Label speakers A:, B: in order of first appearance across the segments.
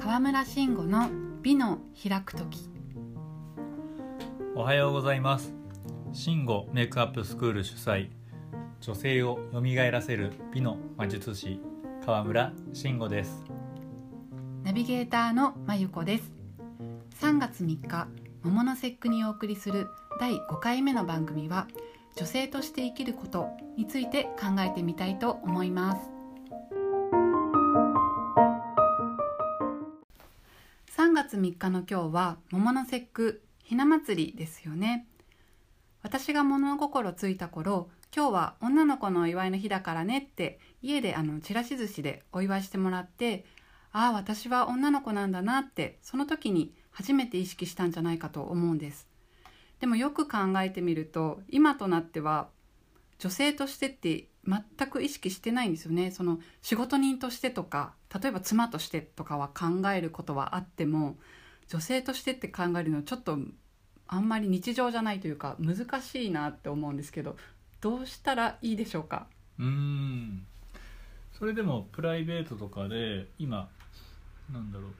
A: 河村慎吾の美の開く時
B: おはようございます慎吾メイクアップスクール主催女性を蘇らせる美の魔術師川村慎吾です
A: ナビゲーターのまゆこです3月3日桃の節句にお送りする第5回目の番組は女性として生きることについて考えてみたいと思います3月3日の今日は桃の節句ひな祭りですよね私が物心ついた頃今日は女の子のお祝いの日だからねって家であのちらし寿司でお祝いしてもらってああ私は女の子なんだなってその時に初めて意識したんじゃないかと思うんですでもよく考えてみると今となっては女性としてって全く意識してないんですよねその仕事人としてとか例えば妻としてとかは考えることはあっても女性としてって考えるのはちょっとあんまり日常じゃないというか難しいなって思うんですけどどうしたらいいでしょうか
B: うーんそれでもプライベートとかで今なんだろう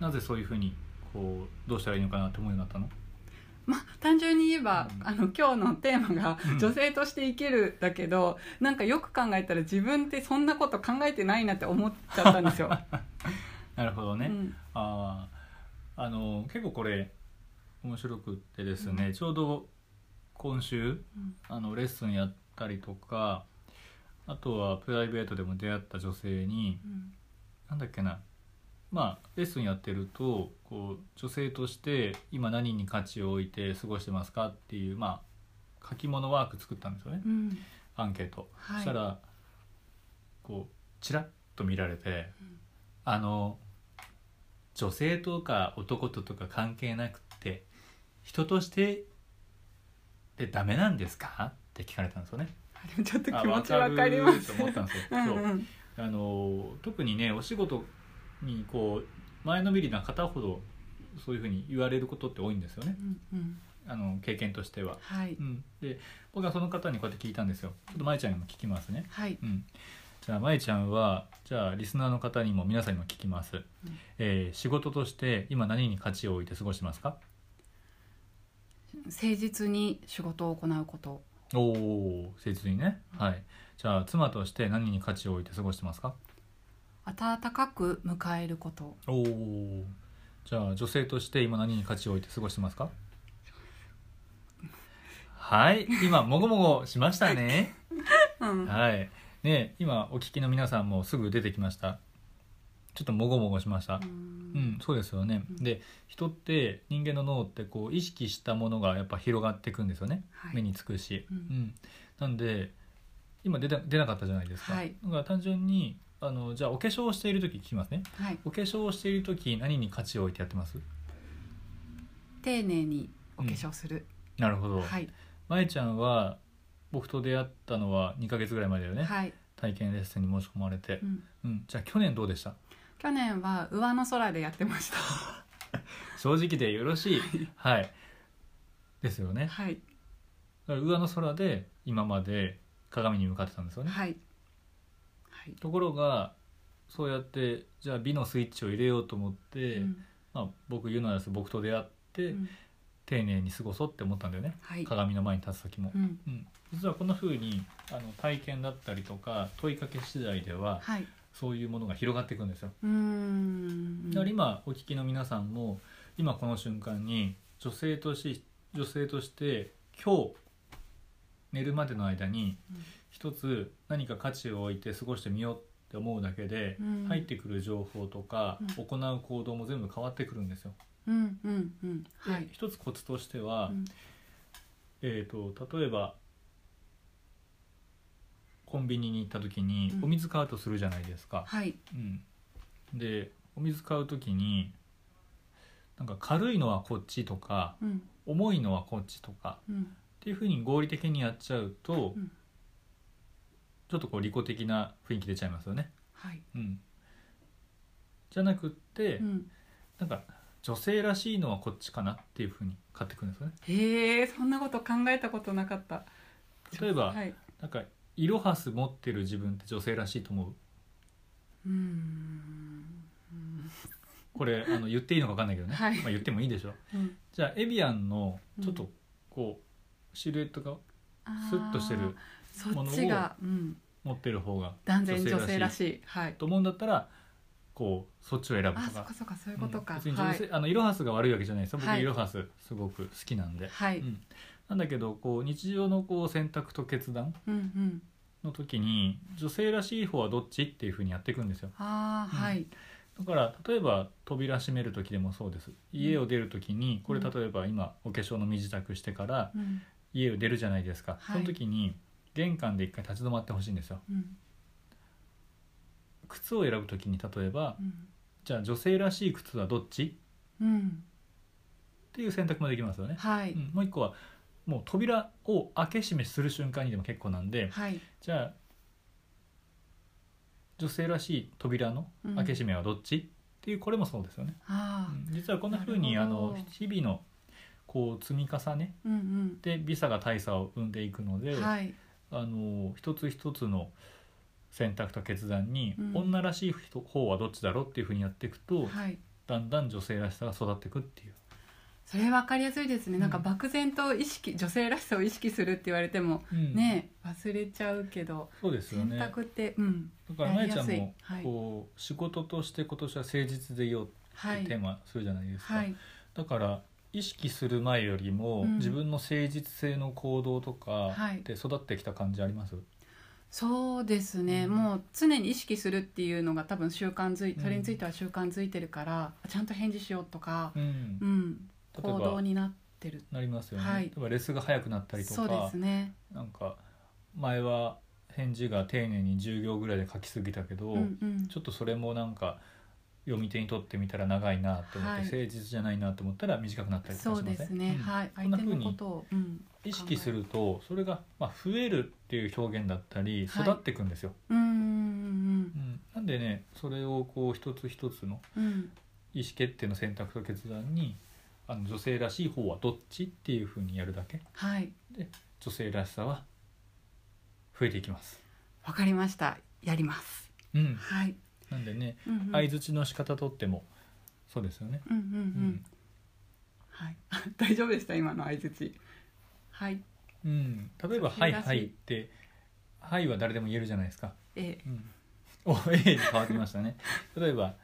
B: なぜそういうふうにこうどうしたらいいのかなって思うようになったの
A: まあ、単純に言えば、
B: うん
A: あの今日のテーマが
B: うん
A: 女性として生きるだけど、なんかよく考えたら自分ってそんなこと考えてないなって思っちゃったんです よ。
B: なるほどね、
A: うん
B: あああの結構これ面白くってですね、ちょうど今週
A: うん
B: あのレッスンやったりとかあとはプライベートでも出会った女性に
A: うん
B: なんだっけなまあレッスンやってるとこう女性として今何に価値を置いて過ごしてますかっていうまあ書き物ワーク作ったんですよね
A: うん
B: アンケート、
A: はい
B: そしたらこうちらっと見られて、
A: うん
B: あの女性とか男ととか関係なくって人としてでダメなんですかって聞かれたんですよね。
A: あでもちょっと
B: あ
A: 気持ちわかりま
B: わ
A: す。。
B: かると思ったんです
A: うん
B: よそう
A: うん
B: あの特にねお仕事にこう前のめりな方ほどそういうふうに言われることって多いんですよね
A: うんうん
B: あの経験としては、
A: はい、
B: うん、で僕はその方にこうやって聞いたんですよちょっとまえちゃんにも聞きますね、
A: はい、
B: うん、じゃあまえちゃんはじゃあリスナーの方にも皆さんにも聞きます、えー仕事として今何に価値を置いて過ごしてますか
A: 誠実に仕事を行うこと、
B: おお誠実にねはいじゃあ妻として何に価値を置いて過ごしてますか
A: 温かく迎えること、
B: おおじゃあ女性として今何に価値を置いて過ごしてます かはい今もごもごしましたね
A: うん、
B: はいね今お聞きの皆さんもすぐ出てきましたちょっともごもごしましたうんそうですよね
A: うん
B: で人って人間の脳ってこう意識したものがやっぱ広がっていくんですよね
A: はい
B: 目につくし、
A: うん
B: うんなんで今出た出なかったじゃないですか、
A: はい
B: だから単純にあのじゃあお化粧をしている時聞きますね
A: はい、
B: お化粧をしている時何に価値を置いてやってます
A: 丁寧にお化粧する、
B: なるほど、
A: はい、
B: まえちゃんは僕と出会ったのは2ヶ月ぐらい前だよね、
A: はい、
B: 体験レッスンに申し込まれて
A: う、ん、
B: うん、じゃあ去年どうでした
A: 去年は上の空でやってました。
B: 正直でよろしいはいですよね
A: はい、
B: だから上の空で今まで鏡に向かってたんですよね、
A: はい、はい、
B: ところがそうやってじゃあ美のスイッチを入れようと思って、
A: うん
B: まあ、僕言うのはです僕と出会って、
A: うん
B: 丁寧に過ごそうって思ったんだよね
A: はい、
B: 鏡の前に立つ時も
A: う、ん、
B: うん、実はこんな風にあの体験だったりとか問いかけ次第では
A: はい、
B: そういうものが広がっていくんですよ。
A: うーん、
B: だから今お聞きの皆さんも今この瞬間に女性とし女性として今日寝るまでの間に
A: うん
B: 一つ何か価値を置いて過ごしてみようって思うだけで
A: うん
B: 入ってくる情報とか
A: う
B: 行う行動も全部変わってくるんですよ。
A: うん、うん、うん、はい
B: で、一つコツとしては、
A: うん
B: えー、と例えばコンビニに行った時に
A: うん
B: お水買うとするじゃないですか、
A: はい、
B: うんでお水買う時になんか軽いのはこっちとか
A: うん、
B: 重いのはこっちとか
A: うん、
B: っていうふうに合理的にやっちゃうと、
A: うん
B: ちょっとこう利己的な雰囲気出ちゃいますよね。
A: はい、
B: うん、じゃなくって、
A: うん、
B: なんか女性らしいのはこっちかなっていうふうに買ってくるんですよね。
A: へえ、そんなこと考えたことなかった。
B: 例えば、
A: はい、
B: なんかイロハス持ってる自分って女性らしいと思
A: う
B: う
A: ーん、うーん
B: これあの言っていいのか分かんないけどね、
A: はい
B: まあ、言ってもいいでしょう
A: うん
B: じゃあエビアンのちょっとこうシルエットがスッとしてる
A: あーそっちが、うん、
B: 持ってる方が
A: 断然女性ら
B: い
A: しいはい
B: と思うんだったらこうそっちを選ぶと
A: あそっ
B: か
A: かそっかそういうことか、
B: うん別に
A: は
B: 女
A: い
B: 性、あのイロハスが悪いわけじゃないですよ僕
A: はい
B: イロハスすごく好きなんで、
A: はい、
B: うんなんだけどこう日常のこう選択と決断
A: うんうん
B: の時に女性らしい方はどっちっていうふうにやっていくんですよ
A: ああ
B: うん
A: はい、
B: だから例えば扉閉める時でもそうです家を出る時にこれ
A: うん
B: 例えば今お化粧の身支度してから
A: うん
B: 家を出るじゃないですか、
A: はい
B: その時に玄関で一回立ち止まってほしいんですよ
A: うん
B: 靴を選ぶ時に例えば
A: うん
B: じゃあ女性らしい靴はどっち
A: うん
B: っていう選択もできますよね、
A: はい、
B: うん、もう一個はもう扉を開け閉めする瞬間にでも結構なんで
A: はい
B: じゃあ女性らしい扉の開け閉めはどっち、っていうこれもそうですよね、
A: ああ
B: うん実はこんなふうに
A: な
B: あ
A: るほど
B: の日々のこう積み重ね
A: うん
B: で美差が大差を生んでいくの
A: う
B: で、
A: んはい
B: あの一つ一つの選択と決断に、
A: うん
B: 女らしい人方はどっちだろうっていうふうにやっていくと、
A: はい
B: だんだん女性らしさが育っていくっていう。
A: それ分かりやすいですね、なんか
B: うん
A: 漠然と意識女性らしさを意識するって言われても
B: うん
A: ねえ忘れちゃうけど
B: そうですよ
A: 選
B: ねだか
A: 択って、うん
B: らまえち
A: やりや
B: ゃんも
A: すいはい
B: こう仕事として今年は誠実でいよう
A: は
B: ってテー
A: い
B: マするじゃないですか、
A: はい
B: だから意識する前よりも、
A: うん
B: 自分の誠実性の行動とか
A: はい
B: で育ってきた感じあります、
A: そうですね、
B: うん
A: もう常に意識するっていうのが多分習慣づい
B: うん
A: それについては習慣づいてるから、ちゃんと返事しようとか、
B: うん
A: うん、
B: 例えば
A: 行動になってる
B: なりますよね、
A: はい
B: 例えばレスが早くなったりと
A: そうで
B: か、
A: すね、
B: なんか前は返事が丁寧に10行ぐらいで書きすぎたけど、
A: うんうん
B: ち、ょっとそれもなんか読み手にとってみたら長いなと思っ
A: は
B: て、
A: い
B: 誠実じゃないなと思ったら短くなったりと
A: そ
B: か
A: う
B: し
A: で
B: ません
A: すね、
B: うん
A: はい
B: ん
A: 相
B: な
A: 手
B: 風
A: の
B: に
A: ことを、うん、
B: 意識するとそれが、まあ、増えるっていう表現だったり
A: はい
B: 育っていくんですよ、
A: うんうん
B: うん、なんでねそれをこう一つ一つの
A: うんうん
B: 意思決定の選択と決断にあの女性らしい方はどっちっていうふうにやるだけ
A: はい
B: 女性らしさは増えていきます、
A: わかりましたやります
B: うん、
A: はい、
B: なんでね
A: うんうん、
B: 相槌の仕方とってもそうですよね、
A: うんうんうん、
B: うん
A: はい 大丈夫でした今の相槌はい
B: うん、例え
A: 女
B: ば「は
A: 性
B: い
A: らしい
B: はい」って「はい」は誰でも言えるじゃないですか、
A: え
B: うん、お「ええ」に変わってましたね例えば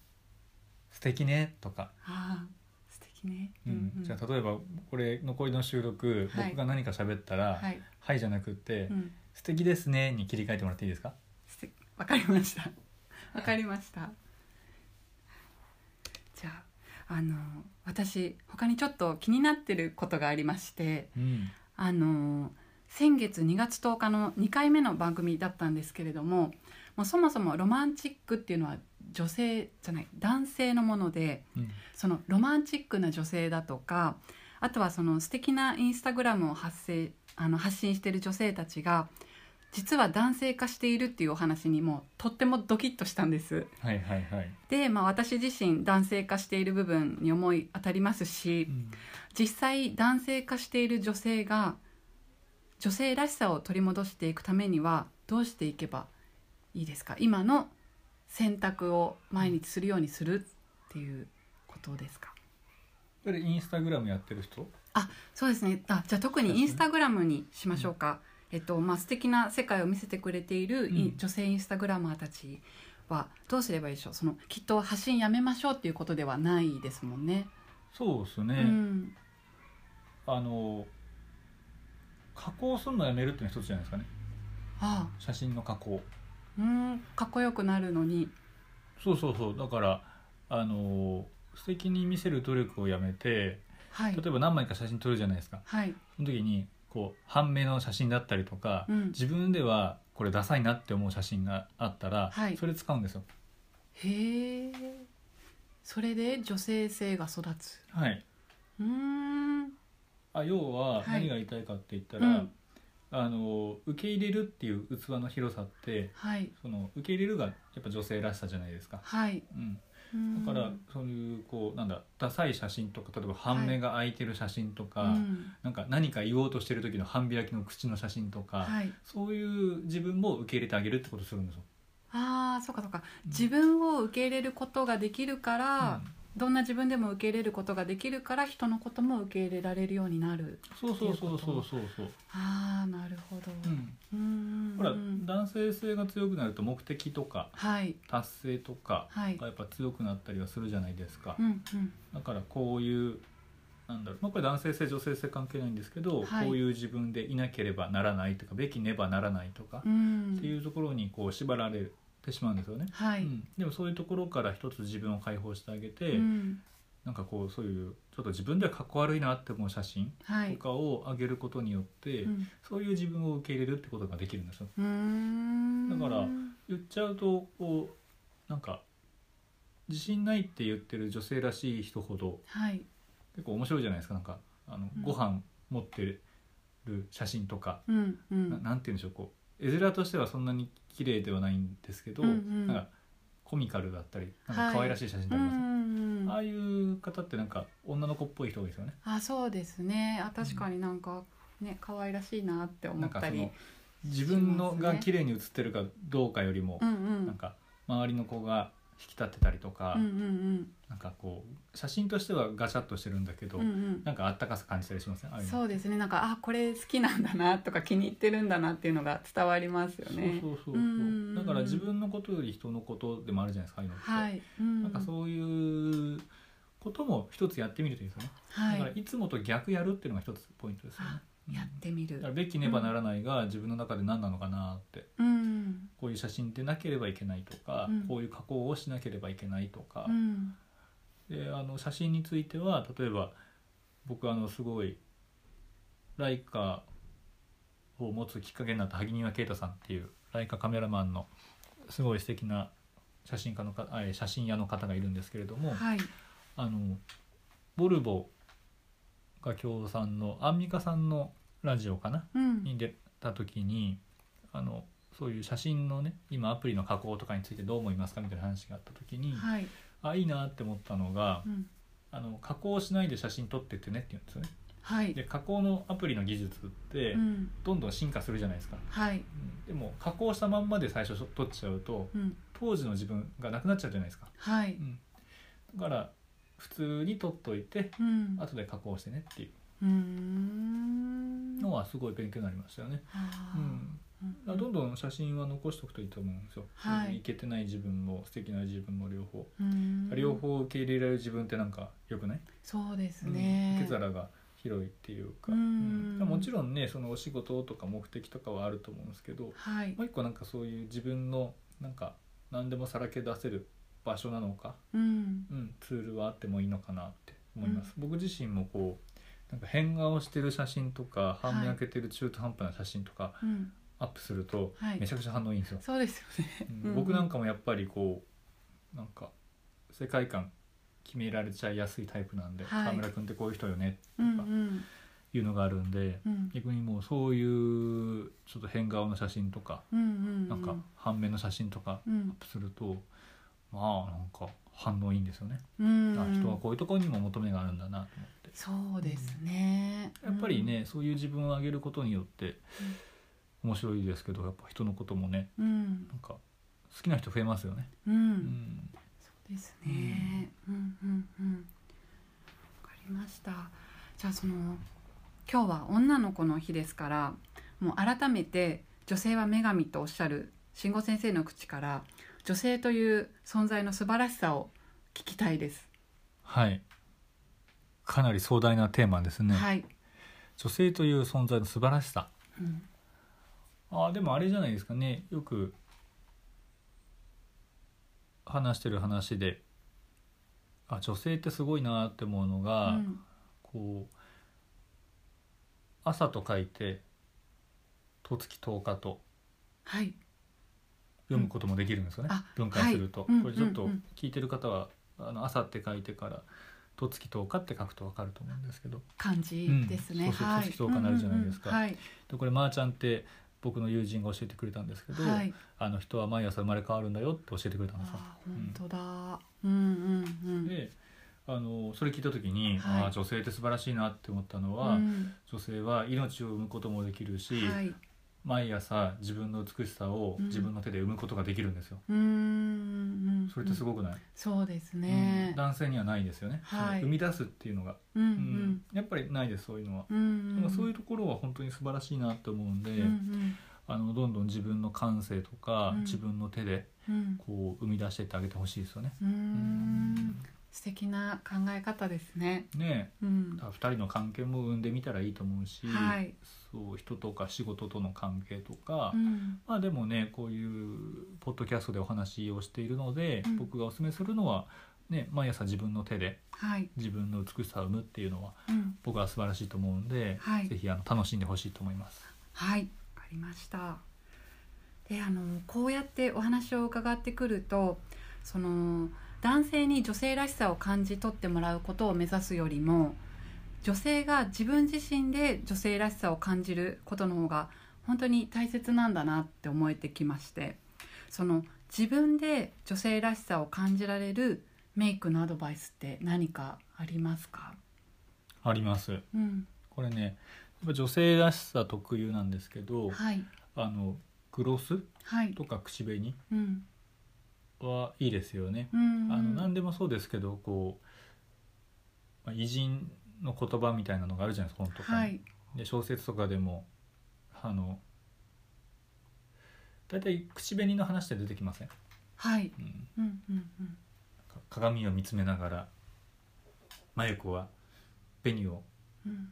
B: 「素敵ね」とか、
A: あー素敵ね、
B: うんじゃあ例えばこれ残りの収録、
A: はい
B: 僕が何か喋ったら「は
A: はいい、」
B: じゃなくって
A: うん
B: 「素敵ですね」に切り替えてもらっていいですか
A: すわかりました。 わかりました。じゃあ、あの、私、他にちょっと気になってることがありまして。
B: うん
A: あの、先月2月10日の2回目の番組だったんですけれども。もうそもそもロマンチックっていうのは女性じゃない男性のもので
B: うん
A: そのロマンチックな女性だとかあとはその素敵なインスタグラムを発生あの発信している女性たちが実は男性化しているっていうお話にもうとってもドキッとしたんです。
B: はいはいはい、
A: で、まあ、私自身男性化している部分に思い当たりますし
B: うん
A: 実際男性化している女性が女性らしさを取り戻していくためにはどうしていけばいいですか今の選択を毎日するようにするっていうことですか
B: それインスタグラムやってる人
A: そうですね。あ、じゃあ特
B: そう
A: に
B: です
A: イ
B: ね
A: ンスタグラムにしましょうか。えっとまあ素敵な世界を見せてくれているい
B: うん
A: 女性インスタグラマーたちはどうすればいいでしょう。そのきっと発信やめましょうっていうことではないですもんね。
B: そうです
A: う
B: ね、
A: ん。
B: あの加工するのやめるっていうのは一つじゃないですかね
A: あ
B: 写真の加工
A: あ、うん、かっこよくなるのに。
B: そうそうそうだからあの素敵に見せる努力をやめて
A: はい
B: 例。えば何枚か写真撮るじゃないですか
A: はい。
B: その時にこう半目の写真だったりとか、
A: うん
B: 自分ではこれダサいなって思う写真があったら、
A: はい
B: それ使うんですよ
A: へえ。それで女性性が育つ。
B: はい
A: うーん。
B: あ要は
A: はい
B: 何が言いたいかって言ったら、
A: うん
B: あの受け入れるっていう器の広さって
A: はい。
B: その受け入れるがやっぱ女性らしさじゃないですか、
A: はい。
B: うん、
A: うん
B: だからそういうこうなんだダサい写真とか例えば半目が開いてる写真とか、
A: うん、
B: なんか何か言おうとしてる時の半開きの口の写真とか、
A: はい。
B: そういう自分も受け入れてあげるってことするんですよ。
A: あああそうかそうか自分を受け入れることができるから、どんな自分でも受け入れることができるから人のことも受け入れられるようになる
B: そうそうそうそうそうそう、
A: ああなるほど、
B: うん、
A: うんうんうん
B: ほら、男性性が強くなると目的とか
A: はい
B: 達成とか
A: はい
B: がやっぱ強くなったりはするじゃないですか、
A: うん
B: だからこういうなんだろう、まあ、これ男性性女性性関係ないんですけど、
A: はい
B: こういう自分でいなければならないとかべきねばならないとか
A: う、ん
B: っていうところにこう縛られてしまうんですよね、
A: はい、
B: うん、でもそういうところから一つ自分を解放してあげて、
A: うん
B: なんかこうそういうちょっと自分ではかっこ悪いなって思う写真
A: は
B: と
A: い
B: かを上げることによって、
A: うん
B: そういう自分を受け入れるってことができるんですよ
A: うーん
B: だから言っちゃうとこうなんか自信ないって言ってる女性らしい人ほど
A: はい
B: 結構面白いじゃないですかなんかあの、
A: うん
B: ご飯持ってる写真とか、
A: うんう
B: なんなんて言うんでしょうこう絵面としてはそんなに綺麗ではないんですけど、
A: うんうん
B: なんかコミカルだったりな
A: は
B: んか
A: い
B: 可愛らしい写真って
A: う
B: ありますね、
A: ん
B: ああいう方ってなんか女の子っぽい人が多いですよね。
A: あそうですねあ確かになんかね可愛らしいなって思
B: なん
A: っ
B: か
A: た
B: そ
A: り
B: の自分の
A: します
B: が
A: ね
B: 綺麗に写ってるかどうかよりも、
A: うんうん
B: なんか周りの子が引き立ってたりとか、
A: うんうん
B: なんかこう写真としてはガシャッとしてるんだけど、
A: うんうん
B: なんかあったかさ感じたりしません、ああいの
A: そうですねなんかあこれ好きなんだなとか気に入ってるんだなっていうのが伝わりますよね
B: そうそうそうそう
A: うんうんうん
B: だから自分のことより人のことでもあるじゃないですかああいうの
A: は
B: って、
A: い、うん、
B: なんかそういうことも一つやってみるといいですよね、
A: は
B: だから
A: い
B: いつもと逆やるっていうのが一つポイントですよね
A: あ、
B: うん
A: やってみ
B: だ
A: る
B: からべきねばならないが自分の中で何なのかなって
A: うん
B: こういう写真でなければいけないとか、
A: うん
B: こういう加工をしなければいけないとか
A: う、ん
B: であの写真については例えば僕あのすごいライカを持つきっかけになった萩庭啓太さんっていうライカカメラマンのすごい素敵な写真家のかあえ写真屋の方がいるんですけれども、
A: はい
B: あのボルボが共産のアンミカさんのラジオかな
A: うん
B: に出た時にあのそういう写真のね今アプリの加工とかについてどう思いますかみたいな話があった時に、
A: はい
B: あいいなって思ったのが
A: う、ん
B: あの加工しないで写真撮ってってねって言うんですよね
A: はい
B: で加工のアプリの技術って
A: うん
B: どんどん進化するじゃないですか、
A: はい
B: うんでも加工したまんまで最初撮っちゃうと
A: うん
B: 当時の自分がなくなっちゃうじゃないですか、
A: はい
B: うんだから普通に撮っといて
A: うん
B: 後で加工してねっていう
A: うーん
B: のはすごい勉強になりましたよね、
A: あ
B: う
A: ー
B: ん、だからどんどん写真は残しておくといいと思うんですよ、
A: はい
B: いけてない自分も素敵な自分も両方、
A: うん
B: 両方受け入れられる自分ってなんか良くない
A: そうですね、
B: 受け皿が広いっていうか、
A: うん
B: うんもちろんねそのお仕事とか目的とかはあると思うんですけど
A: はい
B: もう一個なんかそういう自分のなんか何でもさらけ出せる場所なのか、
A: うん
B: うん、ツールはあってもいいのかなって思います、僕自身もこうなんか変顔してる写真とか
A: い
B: 半分開けてる中途半端な写真とか
A: うん
B: アップすると
A: はい
B: めちゃくちゃ反応いいんですよ、
A: そうですよね
B: うん
A: うん
B: 僕なんかもやっぱりこうなんか世界観決められちゃいやすいタイプなんで、
A: はい
B: 河村君ってこういう人よねとか、
A: うんうん
B: いうのがあるんで
A: うん
B: 逆にもうそういうちょっと変顔の写真とか、
A: うんうん
B: なんか半面の写真とか
A: う
B: アッ
A: ん
B: プするとまあなんか反応いいんですよね、
A: うん
B: あ人はこういうところにも求めがあるんだなと思って
A: そうですね
B: やっぱりね、そういう自分を上げることによって面白いですけどやっぱ人のこともね
A: うん
B: なんか好きな人増えますよね、
A: うん、うん
B: うん
A: そうですねうんうんうんわかりましたじゃあその今日は女の子の日ですからもう改めて女性は女神とおっしゃる慎吾先生の口から女性という存在の素晴らしさを聞きたいです、
B: はいかなり壮大なテーマですね、
A: はい、
B: 女性という存在の素晴らしさ
A: うん、
B: あーでもあれじゃないですかねよく話してる話であ女性ってすごいなって思うの
A: う
B: が、
A: ん
B: こう朝と書いて「とつき10日」と
A: はい
B: 読むこともできるんですよね、
A: うんあ
B: 分解すると、
A: はいうん
B: これちょっ
A: うん
B: と
A: うん
B: 聞いてる方は「あの朝」って書いてから「とつき10日」って書くと分かると思うんですけど
A: 感じです
B: う
A: ね。
B: んそうそう
A: はい。
B: 組織評価になるじゃないですか
A: うんうんうんはい。
B: でこれまーちゃんって僕の友人が教えてくれたんですけど、
A: はい。
B: あの人は毎朝生まれ変わるんだよって教えてくれたんですよ。
A: あー、本当だ。うんうんうん。
B: であのそれ聞いた時に、
A: はい
B: ああ女性って素晴らしいなって思ったのは、
A: うん
B: 女性は命を産むこともできるし、
A: はい。
B: 毎朝自分の美しさを自分の手で生むことができるんですよ、
A: うーん
B: それってす
A: ごい
B: ごくない、
A: そうです
B: う
A: ね
B: ん男性にはないですよね、
A: はい
B: その生み出すっていうのが、
A: うんう
B: うん
A: ん
B: やっぱりないですそういうのは、
A: うんうん
B: だからそういう
A: と
B: ところは本当に素晴らしいなと思うんで、
A: でうん
B: あのどんどん自分の感性とか、
A: うん
B: 自分の手で
A: うん
B: こう生み出してってあげてほしいですよね。
A: うー
B: うん
A: 素敵な考え方ですね
B: ねえ
A: うん
B: だから二人の関係も生んでみたらいいと思うし、
A: はい
B: そう人とか仕事との関係とか、
A: うん
B: まあでもねこういうポッドキャストでお話をしているので、
A: うん
B: 僕がおすすめするのは、ね、毎朝自分の手で
A: はい
B: 自分の美しさを生むっていうのは
A: うん
B: 僕は素晴らしいと思うんで、
A: はい
B: ぜひあの楽しんでほしいと思います。
A: はい、わかりました。で、あのこうやってお話を伺ってくると、その男性に女性らしさを感じ取ってもらうことを目指すよりも、女性が自分自身で女性らしさを感じることの方が本当に大切なんだなって思えてきまして、その自分で女性らしさを感じられるメイクのアドバイスって何かありますか？
B: あります。
A: うん、
B: これねやっぱ女性らしさ特有なんですけど、
A: はい、
B: あのグロス
A: はい、
B: とか口紅
A: うん、
B: はいいですよね。
A: うん、
B: あの何でもそうですけどこう、まあ、偉人の言葉みたいなのがあるじゃないですか本とかに、
A: はい、
B: で小説とかでもあの大体口紅の話って出てきません、
A: はい。
B: うん
A: うんうんうん
B: か鏡を見つめながら眉子は紅を
A: うん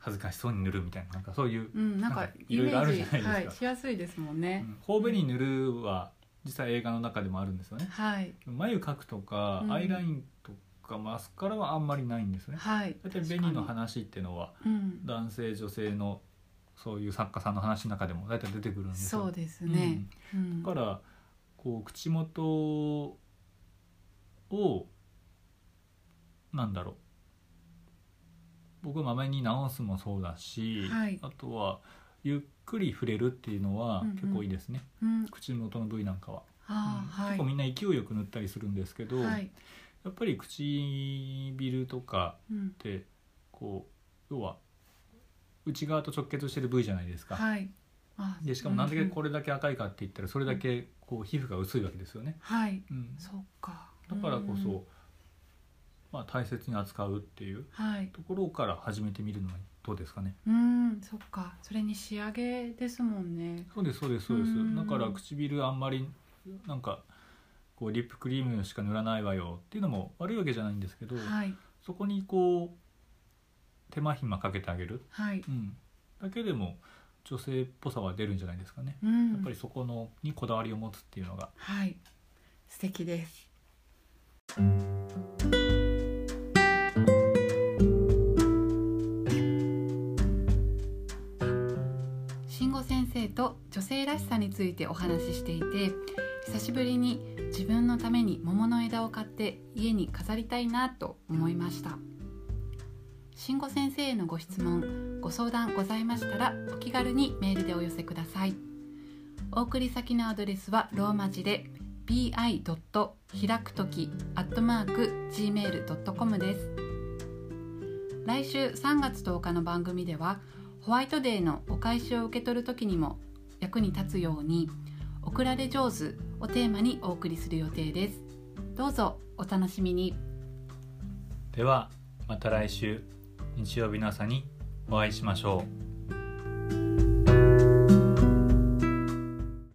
B: 恥ずかしそうに塗るみたいななんかそういう、
A: うん、なん
B: な
A: か
B: んか
A: イ
B: い
A: メ
B: ろいろある
A: ージ
B: じゃないですか
A: はいしやすいですもん
B: う
A: ね。
B: ん頬紅塗るは実際映画の中でもあるんですよね
A: はい
B: 眉描くとか、
A: うん
B: アイラインとかマスカラはあんまりないんですね
A: はい。
B: 大体
A: 確
B: 紅
A: か
B: の
A: に
B: 話っていうのは
A: うん、
B: 男性女性のそういう作家さんの話の中でも大体出てくるんですよ
A: そうですね。うん
B: うんだからこう口元をなんだろう僕はまめに直すもそうだし、
A: はい
B: あとはゆっくり触れるっていうのは
A: うんうん
B: 結構いいですね、
A: うん、
B: 口元の部位なんかは、
A: あー
B: う
A: はい
B: ん結構みんな勢いよく塗ったりするんですけど、
A: はい、
B: やっぱり唇とか
A: うん
B: ってこう要は内側と直結してる部位じゃないですか、
A: はい。あ
B: でしかもなんで
A: うん
B: これだけ赤いかって言ったらそれだけこう皮膚が薄いわけですよね、
A: はい、
B: うん
A: そうか。
B: だからこそ、
A: うん
B: まあ、大切に扱うっていう
A: はい、
B: ところから始めてみるのはどうですかね
A: うん、そっか。それに仕上げですもんね。
B: そうですそうですそうです、
A: うん
B: だから唇あんまりなんかこうリップクリームしか塗らないわよっていうのも悪いわけじゃないんですけど、
A: はい
B: そこにこう手間暇かけてあげる、
A: はい。
B: うん、だけでも女性っぽさは出るんじゃないですかね、
A: うん、
B: やっぱりそこのにこだわりを持つっていうのが
A: はい、素敵です。慎吾先生と女性らしさについてお話ししていて久しぶりに自分のために桃の枝を買って家に飾りたいなと思いました慎吾先生へのご質問ご相談ございましたらお気軽にメールでお寄せくださいお送り先のアドレスはローマ字で bi. 開くとき gmail.com です来週3月10日の番組ではホワイトデーのお返しを受け取るときにも役に立つように「送られ上手」をテーマにお送りする予定ですどうぞお楽しみに
B: ではまた来週日曜日の朝にお会いしましょう